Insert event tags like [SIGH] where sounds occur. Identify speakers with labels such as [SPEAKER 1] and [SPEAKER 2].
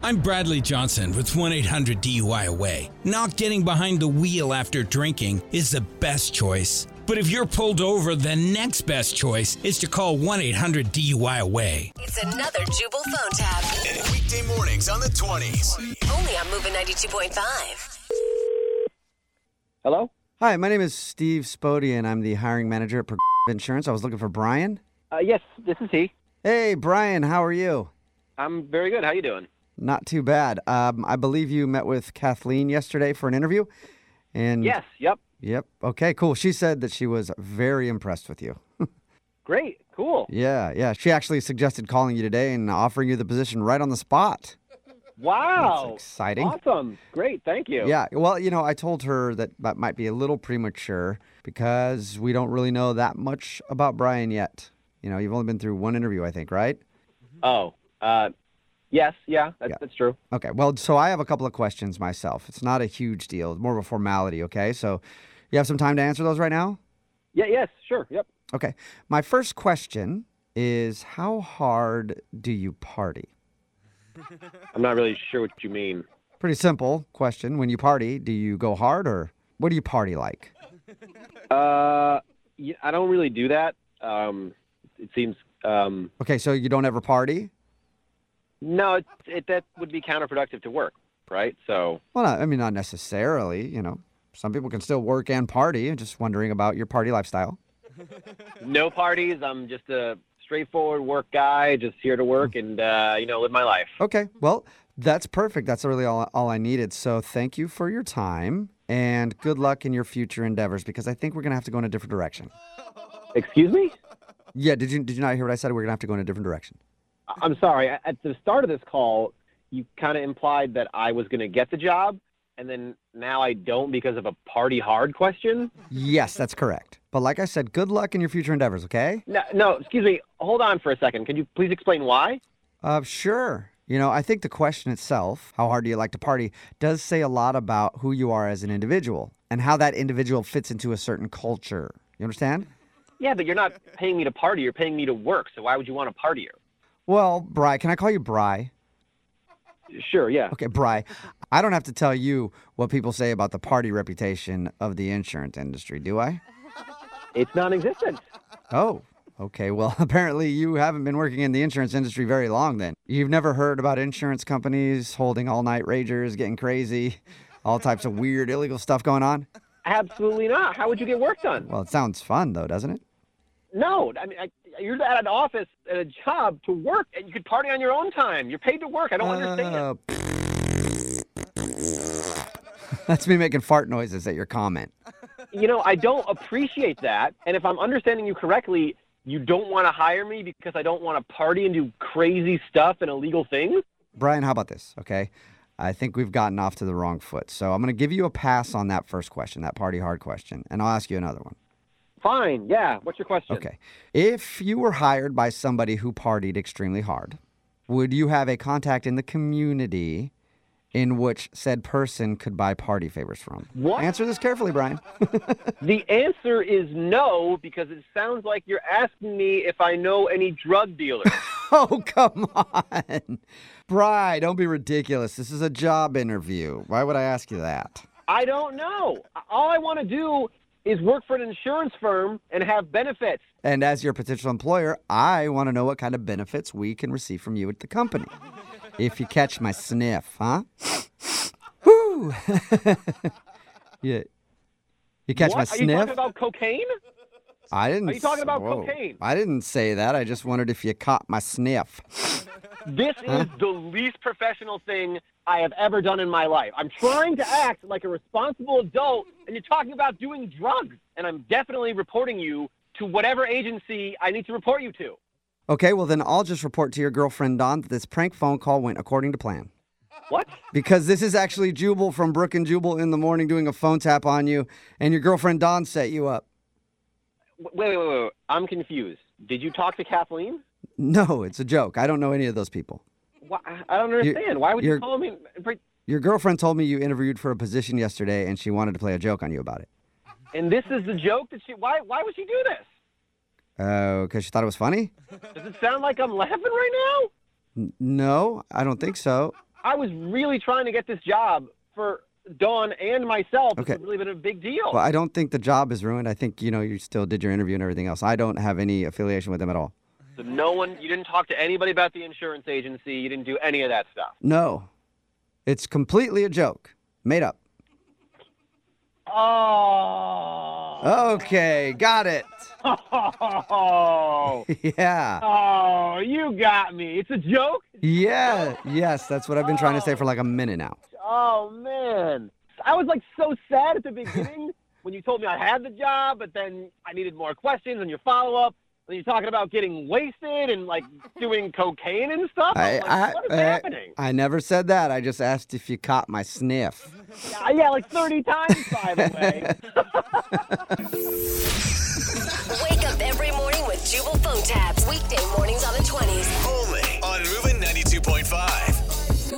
[SPEAKER 1] I'm Bradley Johnson with 1 800 DUI Away. Not getting behind the wheel after drinking is the best choice. But if you're pulled over, the next best choice is to call 1 800 DUI Away.
[SPEAKER 2] It's another Jubal phone tab.
[SPEAKER 3] Weekday mornings on the 20s.
[SPEAKER 2] Only on Moving 92.5.
[SPEAKER 4] Hello?
[SPEAKER 5] Hi, my name is Steve Spodian. I'm the hiring manager at Progressive Insurance. I was looking for Brian.
[SPEAKER 4] Uh, yes, this is he.
[SPEAKER 5] Hey, Brian, how are you?
[SPEAKER 4] I'm very good. How you doing?
[SPEAKER 5] Not too bad. Um, I believe you met with Kathleen yesterday for an interview. And
[SPEAKER 4] Yes, yep.
[SPEAKER 5] Yep. Okay, cool. She said that she was very impressed with you.
[SPEAKER 4] Great, cool.
[SPEAKER 5] yeah, yeah. She actually suggested calling you today and offering you the position right on the spot.
[SPEAKER 4] Wow.
[SPEAKER 5] exciting.
[SPEAKER 4] Awesome. Great, thank you.
[SPEAKER 5] Yeah. Well, you know, I told her that that might be a little premature because we don't really know that much about Brian yet. You know, you've only been through one interview, I think, right?
[SPEAKER 4] Oh, uh, yes, yeah, that's,
[SPEAKER 5] Yeah.
[SPEAKER 4] that's true.
[SPEAKER 5] Okay. Well, so I have a couple of questions myself. It's not a huge deal, it's more of a formality, okay? So you have some time to answer those right now?
[SPEAKER 4] Yeah, yes, sure, yep.
[SPEAKER 5] Okay. My first question is how hard do you party?
[SPEAKER 4] I'm not really sure what you mean.
[SPEAKER 5] Pretty simple question. When you party, do you go hard or what do you party like?
[SPEAKER 4] Uh, y- I don't really do that. Um, it seems, um,
[SPEAKER 5] Okay, so you don't ever party?
[SPEAKER 4] no, it, it, that would be counterproductive to work, right? So,
[SPEAKER 5] Well, not, I mean, not necessarily, you know. Some people can still work and party. I'm just wondering about your party lifestyle.
[SPEAKER 4] no parties. I'm just a straightforward work guy, just here to work and, uh, you know, live my life.
[SPEAKER 5] Okay. Well, that's perfect. That's really all, all I needed. So thank you for your time and good luck in your future endeavors because I think we're going to have to go in a different direction.
[SPEAKER 4] Excuse me?
[SPEAKER 5] Yeah. Did you, did you not hear what I said? We're going to have to go in a different direction.
[SPEAKER 4] I- I'm sorry. a- At the start of this call, you kind of implied that I was going to get the job, and then now I don't because of a party hard question.
[SPEAKER 5] Yes, that's correct. But like I said, good luck in your future endeavors, okay?
[SPEAKER 4] No, no, excuse me. Hold on for a second. Can you please explain why?
[SPEAKER 5] Uh, sure. You know, I think the question itself, how hard do you like to party, does say a lot about who you are as an individual and how that individual fits into a certain culture. You understand?
[SPEAKER 4] Yeah, but you're not paying me to party. You're paying me to work. So why would you want a partier?
[SPEAKER 5] Well, Bry, can I call you Bry?
[SPEAKER 4] Sure. Yeah.
[SPEAKER 5] Okay, Bry, I don't have to tell you what people say about the party reputation of the insurance industry, do I?
[SPEAKER 4] It's non-existent.
[SPEAKER 5] Oh, okay. Well, [LAUGHS] apparently you haven't been working in the insurance industry very long then. You've never heard about insurance companies holding all night ragers, getting crazy, all types of weird illegal stuff going on?
[SPEAKER 4] Absolutely not. How would you get work done?
[SPEAKER 5] Well, it sounds fun though, doesn't it?
[SPEAKER 4] No. I mean, I, you're at an office at a job to work, and you could party on your own time. You're paid to work. I don't understand.
[SPEAKER 5] Uh, [LAUGHS] That's me making fart noises at your comment.
[SPEAKER 4] you know, I don't appreciate that. And if I'm understanding you correctly, you don't want to hire me because I don't want to party and do crazy stuff and illegal things.
[SPEAKER 5] Brian, how about this? Okay. I think we've gotten off to the wrong foot. So I'm going to give you a pass on that first question, that party hard question, and I'll ask you another one.
[SPEAKER 4] Fine. Yeah. What's your question?
[SPEAKER 5] Okay. If you were hired by somebody who partied extremely hard, would you have a contact in the community in which said person could buy party favors from?
[SPEAKER 4] What?
[SPEAKER 5] Answer this carefully, Brian. [LAUGHS]
[SPEAKER 4] The answer is no because it sounds like you're asking me if I know any drug
[SPEAKER 5] [LAUGHS]
[SPEAKER 4] dealers.
[SPEAKER 5] oh, come on. Bri, don't be ridiculous. This is a job interview. Why would I ask you that?
[SPEAKER 4] I don't know. All I want to do is work for an insurance firm and have benefits.
[SPEAKER 5] And as your potential employer, I want to know what kind of benefits we can receive from you at the company. If you catch my sniff, huh? [LAUGHS] Woo! [LAUGHS] yeah. You catch
[SPEAKER 4] what?
[SPEAKER 5] my
[SPEAKER 4] Are you
[SPEAKER 5] sniff?
[SPEAKER 4] talking about cocaine?
[SPEAKER 5] I didn't.
[SPEAKER 4] are you talking
[SPEAKER 5] s-
[SPEAKER 4] about cocaine?
[SPEAKER 5] I didn't say that. I just wondered if you caught my sniff. [LAUGHS]
[SPEAKER 4] This is the least professional thing I have ever done in my life. I'm trying to act like a responsible adult, and you're talking about doing drugs. And I'm definitely reporting you to whatever agency I need to report you to.
[SPEAKER 5] Okay, well then I'll just report to your girlfriend Dawn that this prank phone call went according to plan.
[SPEAKER 4] What?
[SPEAKER 5] Because this is actually Jubal from Brook and Jubal in the morning doing a phone tap on you, and your girlfriend Dawn set you up.
[SPEAKER 4] Wait, wait, wait, wait. I'm confused. Did you talk to Kathleen?
[SPEAKER 5] No, it's a joke. I don't know any of those people.
[SPEAKER 4] Why, I- I don't understand. Why would you
[SPEAKER 5] you're-
[SPEAKER 4] call me?
[SPEAKER 5] Your girlfriend told me you interviewed for a position yesterday and she wanted to play a joke on you about it.
[SPEAKER 4] And this is the joke that she. Why? Why would she do this?
[SPEAKER 5] Oh, because she thought it was funny?
[SPEAKER 4] Does it sound like I'm laughing right now?
[SPEAKER 5] No, I don't think so.
[SPEAKER 4] I was really trying to get this job for Dawn and myself.
[SPEAKER 5] Okay.
[SPEAKER 4] It's really been a big deal.
[SPEAKER 5] Well, I don't think the job is ruined. I think, you know, you still did your interview and everything else. I don't have any affiliation with them at all.
[SPEAKER 4] So no one, you didn't talk to anybody about the insurance agency. You didn't do any of that stuff.
[SPEAKER 5] No. It's completely a joke. Made up.
[SPEAKER 4] Oh.
[SPEAKER 5] Okay, got it. [LAUGHS]
[SPEAKER 4] Oh.
[SPEAKER 5] Yeah.
[SPEAKER 4] Oh, you got me. It's a joke?
[SPEAKER 5] Yeah. Yes, that's what I've been trying to say for like a minute now.
[SPEAKER 4] Oh, man. I was like so sad at the [LAUGHS] beginning when you told me I had the job, but then I needed more questions and your follow up. And you're talking about getting wasted and like doing cocaine and stuff. I'm
[SPEAKER 5] I,
[SPEAKER 4] like,
[SPEAKER 5] I,
[SPEAKER 4] Oh what is
[SPEAKER 5] I,
[SPEAKER 4] happening?
[SPEAKER 5] I never said that. I just asked if you caught my sniff.
[SPEAKER 4] Yeah, yeah, like 30 times, by the way.
[SPEAKER 2] Wake up every morning with Jubal phone tabs. Weekday mornings on the 20s.
[SPEAKER 3] Only on Moving 92.5.